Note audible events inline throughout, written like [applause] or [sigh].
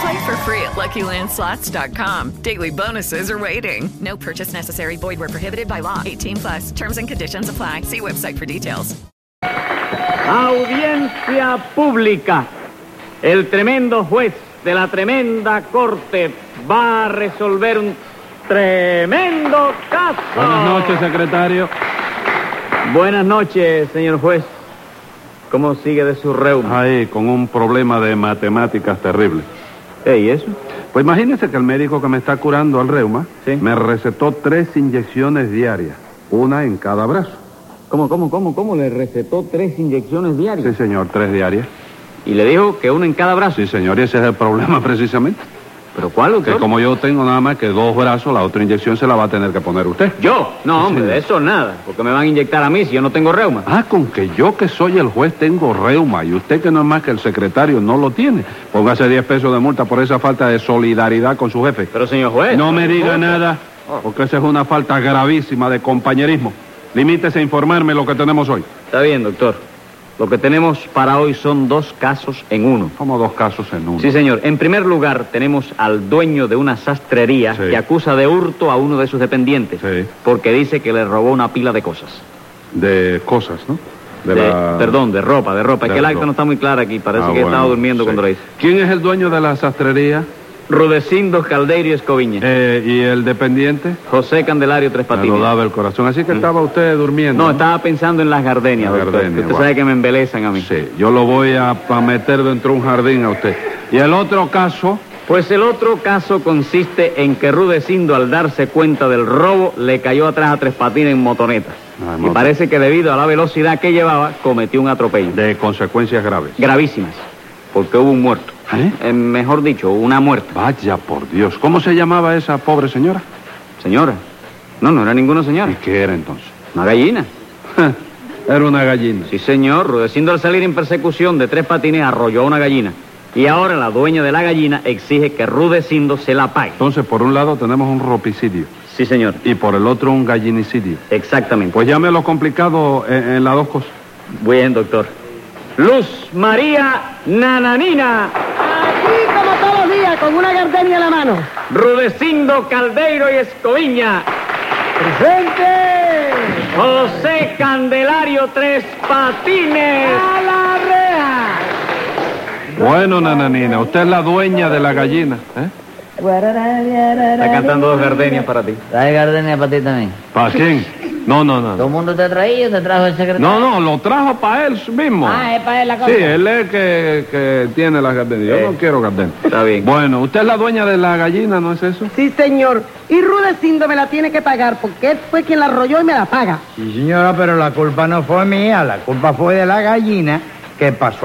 Play for free at LuckyLandSlots.com. Daily bonuses are waiting. No purchase necessary. Void were prohibited by law. 18 plus. Terms and conditions apply. See website for details. Audiencia pública. El tremendo juez de la tremenda corte va a resolver un tremendo caso. Buenas noches, secretario. Buenas noches, señor juez. ¿Cómo sigue de su reuma? Ahí, con un problema de matemáticas terrible. Ey, eso? Pues imagínese que el médico que me está curando al reuma Sí. me recetó tres inyecciones diarias, una en cada brazo. ¿Cómo, cómo, cómo, cómo? ¿Le recetó tres inyecciones Sí, diarias? señor, tres diarias. Y le dijo que una en cada brazo. Sí, señor, y ese es el problema [laughs] precisamente. ¿Pero cuál, Que doctor? como yo tengo nada más que dos brazos, la otra inyección se la va a tener que poner usted. ¿Yo? No, Sí, hombre, señor. de eso nada. Porque me van a inyectar a mí si yo no tengo reuma. Ah, con que yo que soy el juez tengo reuma y usted que no es más que el secretario no lo tiene. Póngase 10 pesos de multa por esa falta de solidaridad con su jefe. Pero, Ah. señor juez... No me diga nada, porque esa es una falta gravísima de compañerismo. Limítese a informarme lo que tenemos hoy. Está bien, doctor. Lo que tenemos para hoy son dos casos en uno. Como dos casos en uno. Sí, señor. En primer lugar, tenemos al dueño de una sastrería Sí. que acusa de hurto a uno de sus dependientes Sí. porque dice que le robó una pila de cosas. De cosas, ¿no? De- la- Perdón, de ropa, de ropa. De es que el la acta ropa. no está muy clara aquí. Parece Ah, que bueno, estaba durmiendo sí. cuando lo hizo. ¿Quién es el dueño de la sastrería? Rudecindo Caldeiro Escoviña. Eh, ¿Y el dependiente? José Candelario Tres Me lo Patines. daba el corazón. Así que estaba usted durmiendo. Mm. No, estaba pensando en las gardenias, Las doctor. gardenias, Usted guau. sabe que me embelezan a mí. Sí, yo lo voy a, a meter dentro de un jardín a usted. Y el otro caso, Pues el otro caso consiste en que Rudecindo, al darse cuenta del robo, le cayó atrás a Tres Patines en motoneta. Ah, en y moto. parece que debido a la velocidad que llevaba, cometió un atropello. de consecuencias graves. Gravísimas, porque hubo un muerto. ¿Eh? Eh, mejor dicho, una muerta. Vaya por Dios, ¿cómo se llamaba esa pobre señora? Señora. No, no era ninguna señora. ¿Y qué era entonces? Una gallina. [laughs] Era una gallina. Sí, señor. Rudecindo, al salir en persecución de Tres Patines, arrolló a una gallina. Y ahora la dueña de la gallina exige que Rudecindo se la pague. Entonces, por un lado tenemos un ropicidio Sí, señor. y por el otro un gallinicidio. Exactamente. Pues llámelo complicado eh, en, en las dos cosas. Bien, doctor. Luz María Nananina, Aquí como todos los días, con una gardenia en la mano. Rudecindo Caldeiro y Escoviña, ¡Presente! José Candelario Tres Patines. ¡A la reja! Bueno, nananina, usted es la dueña de la gallina. ¿eh? Está cantando dos gardenias para ti. Trae gardenia para ti también. ¿Para quién? No, no, no. ¿Todo no. el mundo te ha traído? ¿Te trajo el secretario? No, no, lo trajo para él mismo. Ah, es para él la cosa. Sí, él es que, que tiene las gardenias. Yo Eh, no quiero gardenias. está bien. Bueno, usted es la dueña de la gallina, ¿no es eso? Sí, señor. Y Rudecindo me la tiene que pagar, porque él fue quien la arrolló y me la paga. Sí, señora, pero la culpa no fue mía, la culpa fue de la gallina que pasó.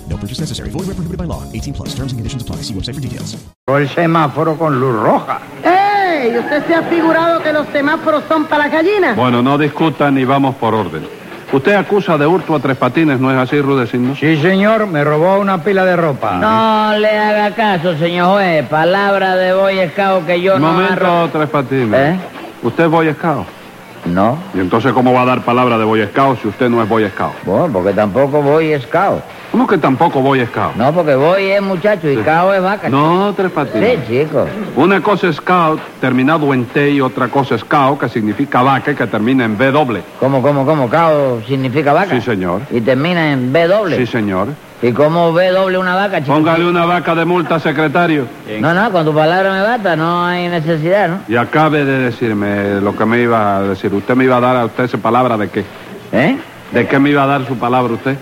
No purchase necessary. Void where prohibited by law. 18 plus. Terms and conditions apply. See website for details. El semáforo con luz roja. ¡Ey! ¿Usted se ha figurado que los semáforos son para las gallinas? Bueno, no discutan y vamos por orden. Usted acusa de hurto a tres patines, ¿no es así, Rudecindo? Sí, señor, me robó una pila de ropa. No le haga caso, señor juez. Palabra de Boy Scout que yo Un no momento, agarro. tres patines. ¿Usted es Boy Scout? No. ¿Y entonces cómo va a dar palabra de Boy Scout si usted no es Boy Scout? Bueno, porque tampoco Boy Scout. ¿Cómo que tampoco Boy Scout? No, porque Boy es muchacho y Scout es vaca. No, tres patines. Sí, chico. Una cosa es scout terminado en T y otra cosa es cao, que significa vaca y que termina en B doble. ¿Cómo, cómo, cómo? Cao significa vaca. Sí, señor. Y termina en B doble. Sí, señor. ¿Y cómo B doble una vaca, chico? Póngale una vaca de multa, secretario. No, no, con tu palabra me basta, no hay necesidad, ¿no? Y acabe de decirme lo que me iba a decir. ¿Usted me iba a dar a usted esa palabra de qué? ¿Eh? ¿De qué me iba a dar su palabra usted?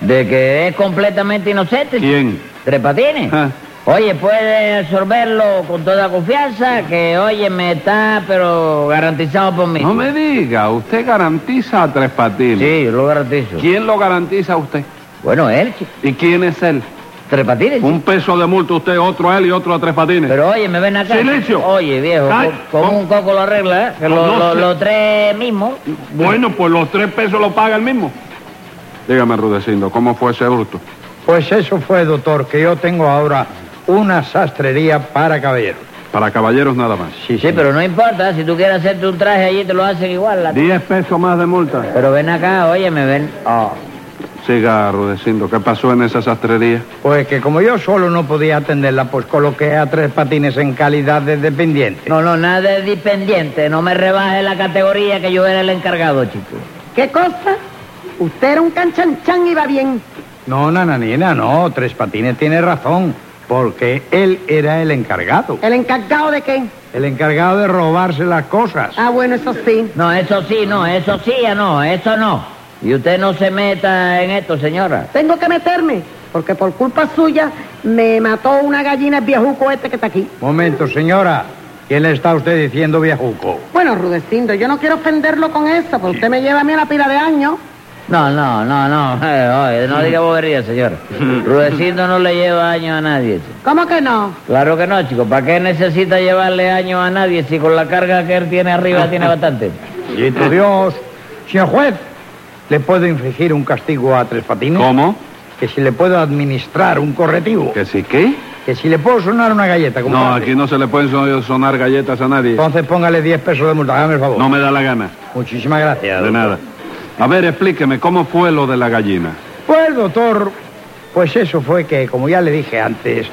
De que es completamente inocente. ¿Quién? Tres patines. Ah. Oye, puede absorberlo con toda confianza, que oye, me está, pero garantizado por mí. No me diga, usted garantiza a Tres Patines. Sí, yo lo garantizo. ¿Quién lo garantiza a usted? Bueno, él, chico. ¿Y quién es él? Tres patines. Un peso de multa usted, otro a él y otro a Tres Patines. Pero oye, me ven acá. ¡Silencio! Oye, viejo, Ay, co- como un coco lo arregla, ¿eh? Que lo- No, lo- se- los tres mismos. Bueno, pues los tres pesos lo paga el mismo. Dígame, Rudecindo, ¿cómo fue ese hurto? Pues eso fue, doctor, que yo tengo ahora una sastrería para caballeros. Para caballeros nada más. Sí, Sí, pero no importa, si tú quieres hacerte un traje allí te lo hacen igual. la- Diez pesos más de multa. Pero ven acá, oye, me ven. Ah, Oh. Siga, Rudecindo, ¿qué pasó en esa sastrería? Pues que como yo solo no podía atenderla, pues coloqué a tres patines en calidad de dependiente. No, no, nada de dependiente, no me rebaje la categoría que yo era el encargado, chico. ¿Qué cosa? Usted era un canchanchan y va bien. No, nananina, no, tres patines tiene razón, porque él era el encargado. ¿El encargado de qué? El encargado de robarse las cosas. Ah, bueno, eso sí. No, eso sí, no, eso sí, ya no, eso no. Y usted no se meta en esto, señora. Tengo que meterme, porque por culpa suya me mató una gallina el viejuco este que está aquí. Momento, señora. ¿Quién le está usted diciendo viejuco? Bueno, Rudecindo, yo no quiero ofenderlo con eso, porque usted me lleva a mí a la pila de años. No, no, no, no, [laughs] eh, oye, no diga [laughs] bobería, señora. Rudecindo no le lleva años a nadie. chico. ¿Cómo que no? Claro que no, chico. ¿Para qué necesita llevarle años a nadie si con la carga que él tiene arriba [laughs] tiene bastante? Y tu Dios. Señor juez, ¿le puedo infligir un castigo a tres patines? ¿Cómo? Que si le puedo administrar un corretivo. ¿Que sí qué? Que si le puedo sonar una galleta, como No, antes. aquí no se le pueden so- sonar galletas a nadie. Entonces póngale 10 pesos de multa, hágame el favor. No me da la gana. Muchísimas gracias. De nada. A ver, explíqueme, ¿cómo fue lo de la gallina? Pues, doctor, pues eso fue que, como ya le dije antes,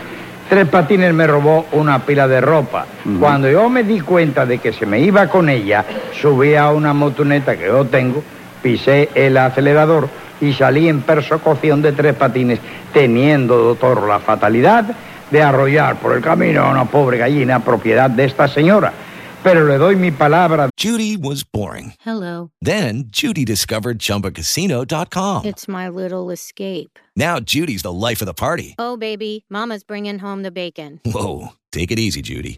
Tres Patines me robó una pila de ropa. Cuando yo me di cuenta de que se me iba con ella, subí a una motoneta que yo tengo, pisé el acelerador y salí en persecución de Tres Patines, teniendo, doctor, la fatalidad de arrollar por el camino a una pobre gallina propiedad de esta señora. Pero le doy mi palabra. Judy was boring. Hello. Then Judy discovered ChumbaCasino.com. It's my little escape. Now Judy's the life of the party. Oh, baby, Mama's bringing home the bacon. Whoa, take it easy, Judy.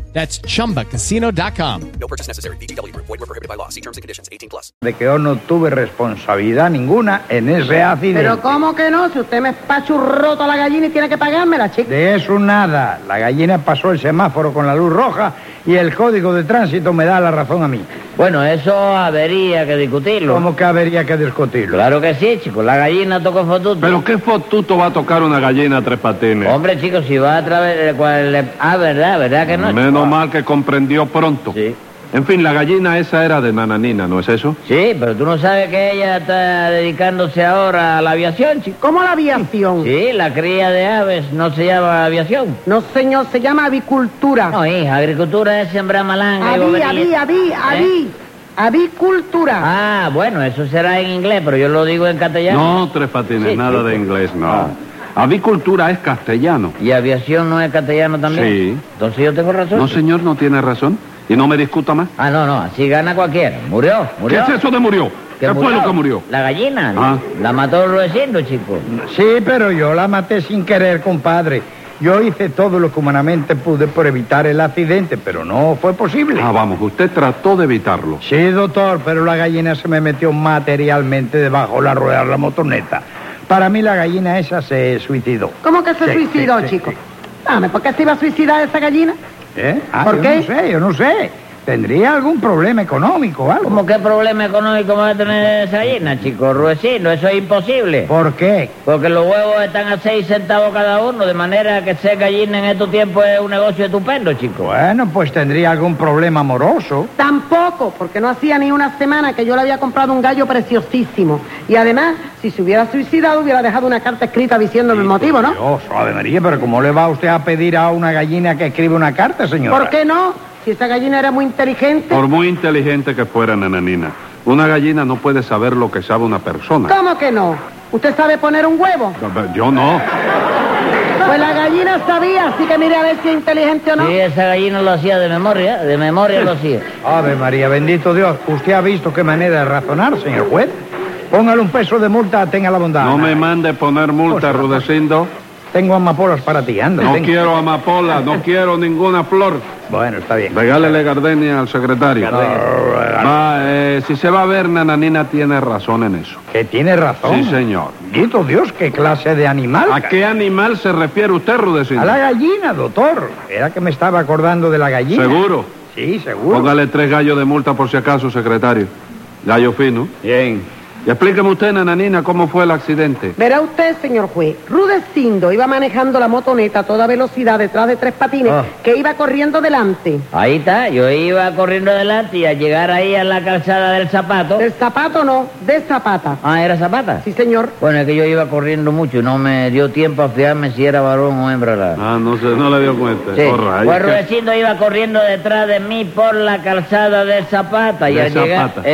That's chumbacasino.com. No purchase necessary. VGW Group. Void were prohibited by law. See terms and conditions. 18 plus. de que yo no tuve responsabilidad ninguna en ese accidente. Pero ¿cómo que no? Si usted me espachurró toda la gallina y tiene que pagármela, chico. De eso nada. La gallina pasó el semáforo con la luz roja y el código de tránsito me da la razón a mí. Bueno, eso habría que discutirlo. ¿Cómo que habría que discutirlo? Claro que sí, chico. La gallina tocó fotuto. ¿Pero qué fotuto va a tocar una gallina a tres patines? Hombre, chicos, si va a través... eh, cual- eh, Ah, verdad, verdad que no. Menos chico? mal que comprendió pronto. Sí. En fin, la gallina esa era de Nananina, ¿no es eso? Sí, pero tú no sabes que ella está dedicándose ahora a la aviación, chico. ¿Cómo la aviación? Sí, la cría de aves no se llama aviación. No, señor, se llama avicultura. No, hija, agricultura es sembrar malanga y Avi, bobería. avi, avi, ¿Eh? avi. Avicultura. Ah, bueno, eso será en inglés, pero yo lo digo en castellano. No, tres patines, Sí, nada sí, de sí. inglés, no. Avicultura es castellano. ¿Y aviación no es castellano también? Sí. Entonces yo tengo razón. No, señor, no tiene razón. Y no me discuta más. Ah, no, no, así gana cualquiera. Murió, ¿Qué murió. es eso de murió? Que ¿Qué fue lo que murió? La gallina. Ah. La mató Rudecindo, chico. Sí, pero yo la maté sin querer, compadre. Yo hice todo lo que humanamente pude por evitar el accidente, pero no fue posible. Ah, vamos, usted trató de evitarlo. Sí, doctor, pero la gallina se me metió materialmente debajo de la rueda de la motoneta. Para mí la gallina esa se suicidó. ¿Cómo que se Sí, suicidó, sí, sí, chico? sí. Dame, ¿por qué se iba a suicidar esa gallina? ¿Eh? Ah, ¿Por yo qué? no sé, yo no sé. Tendría algún problema económico o algo. ¿Cómo qué problema económico va a tener esa gallina, chico? Rudecindo, eso es imposible. ¿Por qué? Porque los huevos están a seis centavos cada uno, de manera que ser gallina en estos tiempos es un negocio estupendo, chico. Bueno, pues tendría algún problema amoroso. Tampoco, porque no hacía ni una semana que yo le había comprado un gallo preciosísimo. Y además, si se hubiera suicidado, hubiera dejado una carta escrita diciéndome el motivo, ¿no? Dios, Ave María, pero ¿cómo le va usted a pedir a una gallina que escribe una carta, señora? ¿Por qué no? Si esa gallina era muy inteligente. Por muy inteligente que fuera Nananina, una gallina no puede saber lo que sabe una persona. ¿Cómo que no? ¿Usted sabe poner un huevo? Yo no. Pues la gallina sabía, así que mire a ver si es inteligente o no. Sí, esa gallina lo hacía de memoria, de memoria lo hacía. [laughs] Ave María, bendito Dios, usted ha visto qué manera de razonar, señor juez. Póngale un peso de multa, tenga la bondad. No me mande poner multa, Rudecindo. Tengo amapolas para ti, anda. No tenga. quiero amapola, no quiero ninguna flor. Bueno, está bien. Ah, Regálele gardenia al secretario. Va, eh, si se va a ver, Nananina tiene razón en eso. Que tiene razón. Oh. Sí, señor. Bendito Dios, qué clase de animal. ¿A qué animal se refiere usted, Rudecindo? A la gallina, doctor. Era que me estaba acordando de la gallina. ¿Seguro? Sí, Uh. seguro. Póngale tres gallos de multa por si acaso, secretario. Gallo fino. Bien. Y explíqueme usted, Nananina, cómo fue el accidente. Verá usted, señor juez, Rudecindo iba manejando la motoneta a toda velocidad detrás de tres patines Ah. que iba corriendo delante. Ahí está, yo iba corriendo adelante y al llegar ahí a la calzada del zapato. Del zapato no, de zapata. Ah, era zapata. Sí, señor. Bueno, es que yo iba corriendo mucho y no me dio tiempo a fijarme si era varón o hembra. la- Ah, no sé, no le dio cuenta. Sí. Oh, rayos, Pues qué- Rudecindo iba corriendo detrás de mí por la calzada del zapata y De al llegar. Zapata. eh,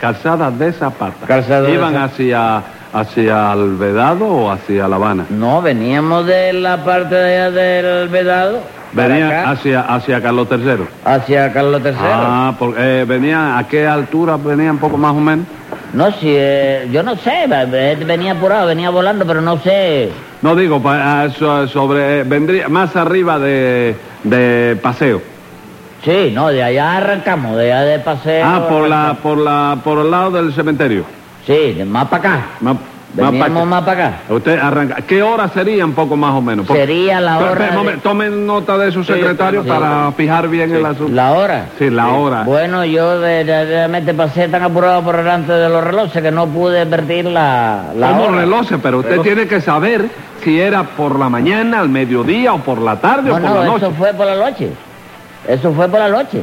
Calzada de Zapata. Calzada de ¿Iban Zapata. hacia, hacia Alvedado o hacia La Habana? No, veníamos de la parte de allá del Vedado. para Venían acá, hacia, hacia Carlos III. hacia Carlos III. Ah, por- eh, venían, ¿a qué altura venían poco más o menos? No, si, eh, yo no sé, va- eh, venía apurado, venía volando, pero no sé. No digo, pa- ah, so- sobre, vendría más arriba de, de Paseo. Sí, no, de allá arrancamos, de allá de paseo. Ah, por la, por la, por el lado del cementerio. Sí, de más para acá. Más, más pa' Veníamos acá. más para acá. Usted arranca. ¿Qué hora sería un poco más o menos? Porque- Sería la Pero, hora pero, de- momen- Tomen nota de su secretario sí. para fijar bien el asunto. ¿La hora? Sí, la hora. Bueno, yo de- de- realmente pasé tan apurado por delante de los relojes que no pude advertir la, la Como hora. relojes, pero usted Relojes. tiene que saber si era por la mañana, al mediodía o por la tarde No, o por no, la noche. eso fue por la noche. Eso fue por la noche.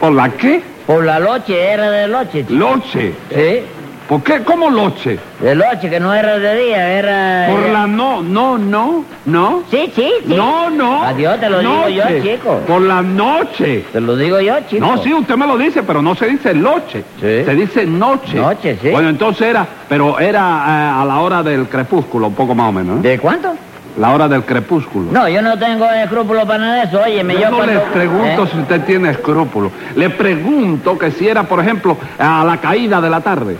¿Por la qué? Por la noche, era de noche. chico. Loche. Sí, ¿Por qué? ¿Cómo loche? de noche, que no era de día, era... Por era- la no, no, no, no. Sí, sí, sí. No, no. Adiós, te lo digo yo, Noche. chico. Por la noche. Te lo digo yo, chico. No, sí, usted me lo dice, pero no se dice loche. Se dice noche. Noche, sí. Bueno, entonces era, pero era eh, a la hora del crepúsculo, un poco más o menos. ¿eh? ¿De cuánto? La hora del crepúsculo. No, yo no tengo escrúpulos para nada de eso. Oye, me ¿eh? Yo no le pregunto si usted tiene escrúpulos. Le pregunto que si era, por ejemplo, a la caída de la tarde.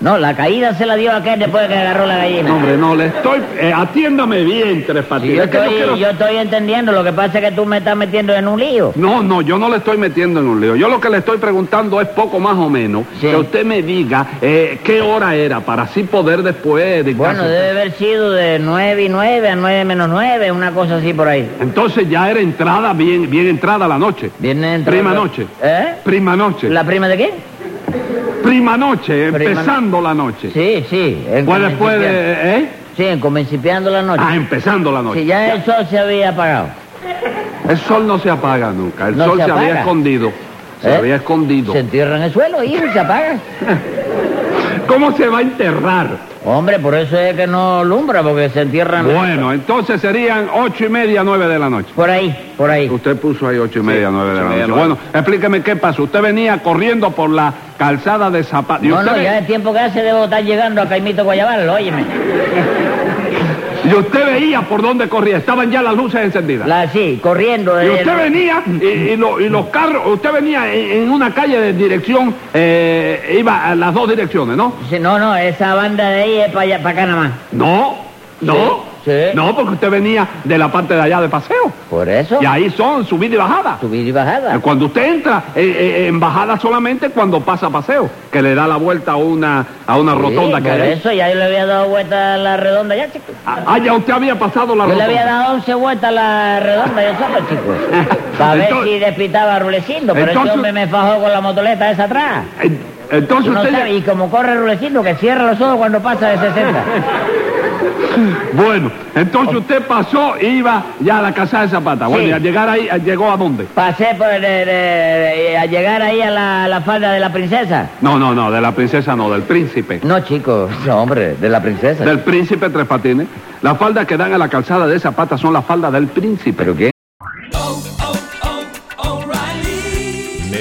No, la caída se la dio a aquel después que agarró la gallina. No, hombre, no, le estoy... eh, atiéndame bien, Tres Sí, Patines. yo, Es que estoy, quiero- yo estoy entendiendo, lo que pasa es que tú me estás metiendo en un lío. No, no, yo no le estoy metiendo en un lío. Yo lo que le estoy preguntando es poco más o menos que usted me diga eh, qué hora era para así poder después dictar Bueno, su- debe haber sido de 9 y 9 a 9 menos 9, una cosa así por ahí. Entonces ya era entrada, bien, bien entrada la noche. Bien entrada- Prima noche. ¿Eh? Prima noche. ¿La prima de qué? Prima noche, Prima empezando la noche. Sí, sí. en Pues después comencipiando. de- ¿eh? Sí, en comencipiando la noche. Ah, empezando la noche. Sí, ya el sol se había apagado. El sol no se apaga nunca. El No sol se se, había apaga. escondido. Se ¿Eh? había escondido. Se entierra en el suelo, hijo, y se apaga. ¿Cómo se va a enterrar? Hombre, por eso es que no alumbra, porque se entierran... Bueno, entonces serían ocho y media, nueve de la noche. Por ahí, por ahí. Usted puso ahí ocho y media, nueve de ocho la y media, noche. nueve. Bueno, explíqueme qué pasó. Usted venía corriendo por la calzada de Zapata. ¿Y, No, usted, no, ya el tiempo que hace debo estar llegando a Caimito Guayabal, óyeme. y usted veía por dónde corría. Estaban ya las luces encendidas. La, sí, corriendo. Y de- usted venía, y, y lo- y los carros, usted venía en, en una calle de dirección, eh, iba a las dos direcciones, ¿no? Sí, no, no, esa banda de ahí es para allá, para acá nada más. No, no, no, porque usted venía de la parte de allá de paseo. Por eso. Y ahí son subida y bajada. Subida y bajada. Cuando usted entra eh, eh, en bajada solamente cuando pasa paseo, que le da la vuelta a una, a una Sí, rotonda que por hay. eso ya yo le había dado vuelta a la redonda ya, chico. Ah, ya usted había pasado la yo le Ah, rotonda. había dado 11 vueltas a la redonda, yo solo, chico. [laughs] Para ver Entonces- si despitaba a Rulecindo, pero Entonces- ese hombre me fajó con la motoleta esa atrás. En- Entonces Tú no usted... sabes, y como corre Rulecindo, que cierra los ojos cuando pasa de 60. [laughs] Bueno, entonces usted pasó, iba ya a la casa de Zapata. Bueno, Sí. y al llegar ahí, eh, ¿llegó a dónde? Pasé por el- el- el- a llegar ahí a la, la falda de la princesa. No, no, no, de la princesa no, del príncipe. No, chico, [laughs] no, hombre, de la princesa. Del príncipe Tres Patines. Las faldas que dan a la calzada de Zapata son las faldas del príncipe. ¿Pero qué?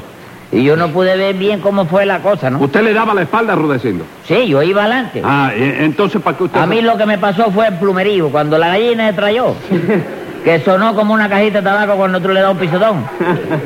Y yo no pude ver bien cómo fue la cosa, ¿no? Usted le daba la espalda a Rudecindo. Sí, yo iba adelante. Ah, e- entonces, ¿para qué usted...? [laughs] A mí lo que me pasó fue el plumerío, cuando la gallina se trayó. que sonó como una cajita de tabaco cuando tú le das un [laughs] pisotón.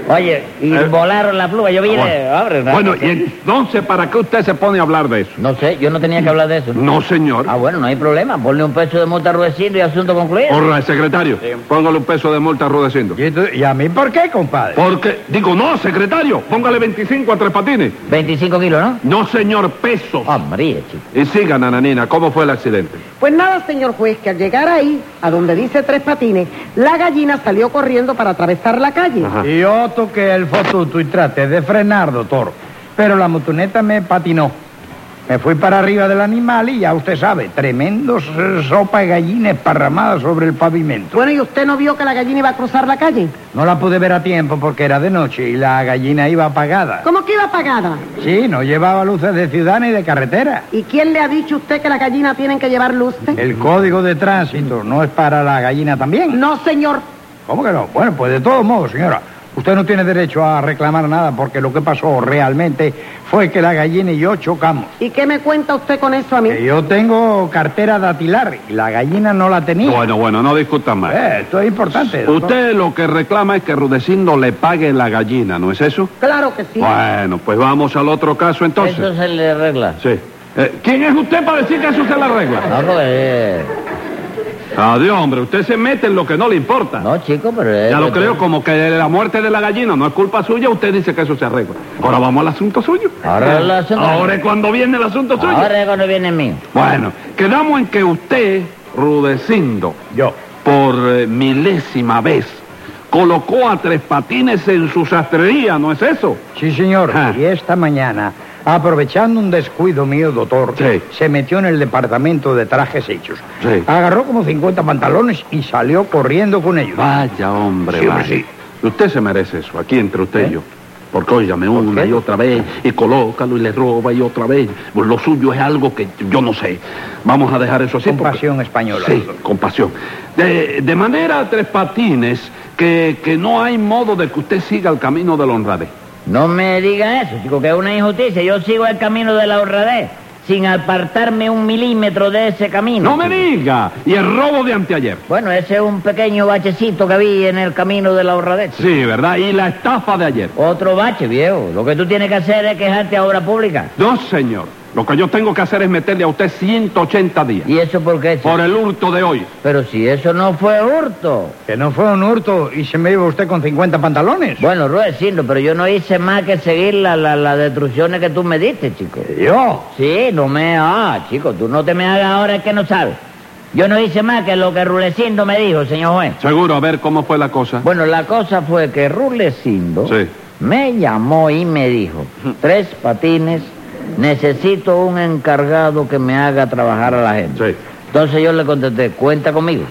Oye, y volaron la pluma. Yo vi... abre, ¿no? Eh. Ah, Bueno, y entonces, ¿para qué usted se pone a hablar de eso? No sé, yo no tenía que hablar de eso. No, señor. Ah, bueno, no hay problema. Ponle un peso de multa a Rudecindo y asunto concluido. Corra, secretario, póngale un peso de multa arrodeciendo. ¿Y a mí por qué, compadre? Porque, digo, no, secretario, póngale 25 a Tres Patines. 25 kilos, ¿no? Ah, No, señor, pesos. Hombre, chico. Y siga, nananina, ¿cómo fue el accidente? Pues nada, señor juez, que al llegar ahí, a donde dice tres patines, la gallina salió corriendo para atravesar la calle. Y yo toqué el fotuto y traté de frenar, doctor. Pero la motoneta me patinó. Me fui para arriba del animal y ya usted sabe, tremendos eh, sopa de gallina esparramada sobre el pavimento. Bueno, ¿y usted no vio que la gallina iba a cruzar la calle? No la pude ver a tiempo porque era de noche y la gallina iba apagada. ¿Cómo que iba apagada? Sí, no llevaba luces de ciudad ni de carretera. ¿Y quién le ha dicho a usted que la gallina tienen que llevar luces? El código de tránsito no es para la gallina también. No, señor. ¿Cómo que no? Bueno, pues de todos modos, señora. Usted no tiene derecho a reclamar nada porque lo que pasó realmente fue que la gallina y yo chocamos. ¿Y qué me cuenta usted con eso a mí? Eh. Que Yo tengo cartera datilar y la gallina no la tenía. Bueno, bueno, no discutan más. Eh, esto es importante. doctor. Usted lo que reclama es que Rudecindo le pague la gallina, ¿no es eso? Claro que sí. Bueno, pues vamos al otro caso entonces. Eso se le arregla. Sí. Eh, ¿Quién es usted para decir que eso se la regla? No, Rudecindo. Adiós, hombre, usted se mete en lo que no le importa. No, chico, pero... es- Ya lo creo, como que la muerte de la gallina no es culpa suya, usted dice que eso se arregla. Ahora vamos al asunto suyo. Ahora el asunto- Ahora es cuando viene el asunto suyo. Ahora es cuando viene mío. Bueno, quedamos en que usted, Rudecindo, yo, por eh, milésima vez, colocó a tres patines en su sastrería, ¿no es eso? Sí, señor. Ah. Y esta mañana, aprovechando un descuido mío, doctor, Sí. se metió en el departamento de trajes hechos. Sí. Agarró como 50 pantalones y salió corriendo con ellos. Vaya, hombre, Sí, vaya. hombre, Usted se merece eso, aquí entre usted y yo. Porque óigame una y otra vez, y colócalo y le roba y otra vez. Pues lo suyo es algo que yo no sé. Vamos a dejar eso así. porque- Compasión española. Sí, doctor. compasión. De, de manera, Tres Patines, que, que no hay modo de que usted siga el camino de la honradez. No me diga eso, chico, que es una injusticia. Yo sigo el camino de la honradez sin apartarme un milímetro de ese camino. ¡No me diga! Y el robo de anteayer. Bueno, ese es un pequeño bachecito que vi en el camino de la honradez. Sí, ¿verdad? Y la estafa de ayer. Otro bache, viejo. Lo que tú tienes que hacer es quejarte a obra pública. No, señor. Lo que yo tengo que hacer es meterle a usted 180 días. ¿Y eso por qué? chico? Por el hurto de hoy. Pero si eso no fue hurto. Que no fue un hurto y se me iba usted con 50 pantalones. Bueno, Ruedecindo, pero yo no hice más que seguir la- la- las destrucciones que tú me diste, chico. Yo. Sí, no me... Ah, chico, tú no te me hagas ahora el que no sabes. Yo no hice más que lo que Rulecindo me dijo, señor juez. Seguro, a ver cómo fue la cosa. Bueno, la cosa fue que Rulecindo Sí. me llamó y me dijo, tres patines, necesito un encargado que me haga trabajar a la gente. Sí. Entonces yo le contesté, cuenta conmigo.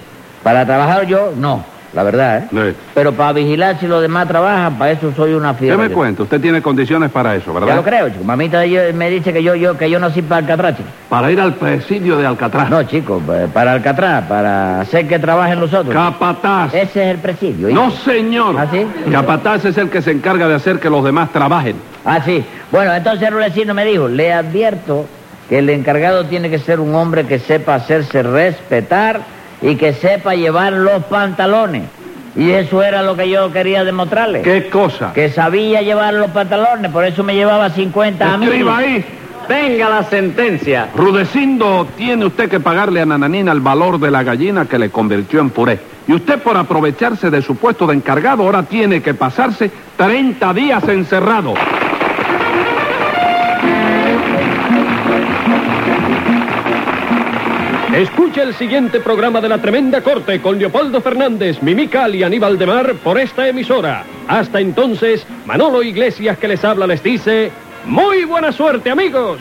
Para trabajar yo, no, la verdad, ¿eh? Sí. Pero para vigilar si los demás trabajan, para eso soy una ¿Qué fiera. me yo. cuenta? Usted tiene condiciones para eso, ¿verdad? Ya lo creo, chico. Mamita yo- me dice que yo, yo, que yo nací para Alcatraz, chico. Para ir al presidio de Alcatraz. No, chico, pa- para Alcatraz, para hacer que trabajen los otros. Capataz. Ese es el presidio. No, hijo. señor. Eh, ¿Ah, sí? Capataz es el que se encarga de hacer que los demás trabajen. Ah, sí. Bueno, entonces Rulecino me dijo, le advierto que el encargado tiene que ser un hombre que sepa hacerse respetar y que sepa llevar los pantalones. Y eso era lo que yo quería demostrarle. ¿Qué cosa? Que sabía llevar los pantalones, por eso me llevaba 50 a mí. Escriba ahí. Venga la sentencia. Rudecindo, tiene usted que pagarle a Nananina el valor de la gallina que le convirtió en puré. Y usted por aprovecharse de su puesto de encargado ahora tiene que pasarse 30 días encerrado. Escucha el siguiente programa de La Tremenda Corte con Leopoldo Fernández, Mimical y Aníbal de Mar por esta emisora. Hasta entonces, Manolo Iglesias que les habla les dice, ¡Muy buena suerte amigos!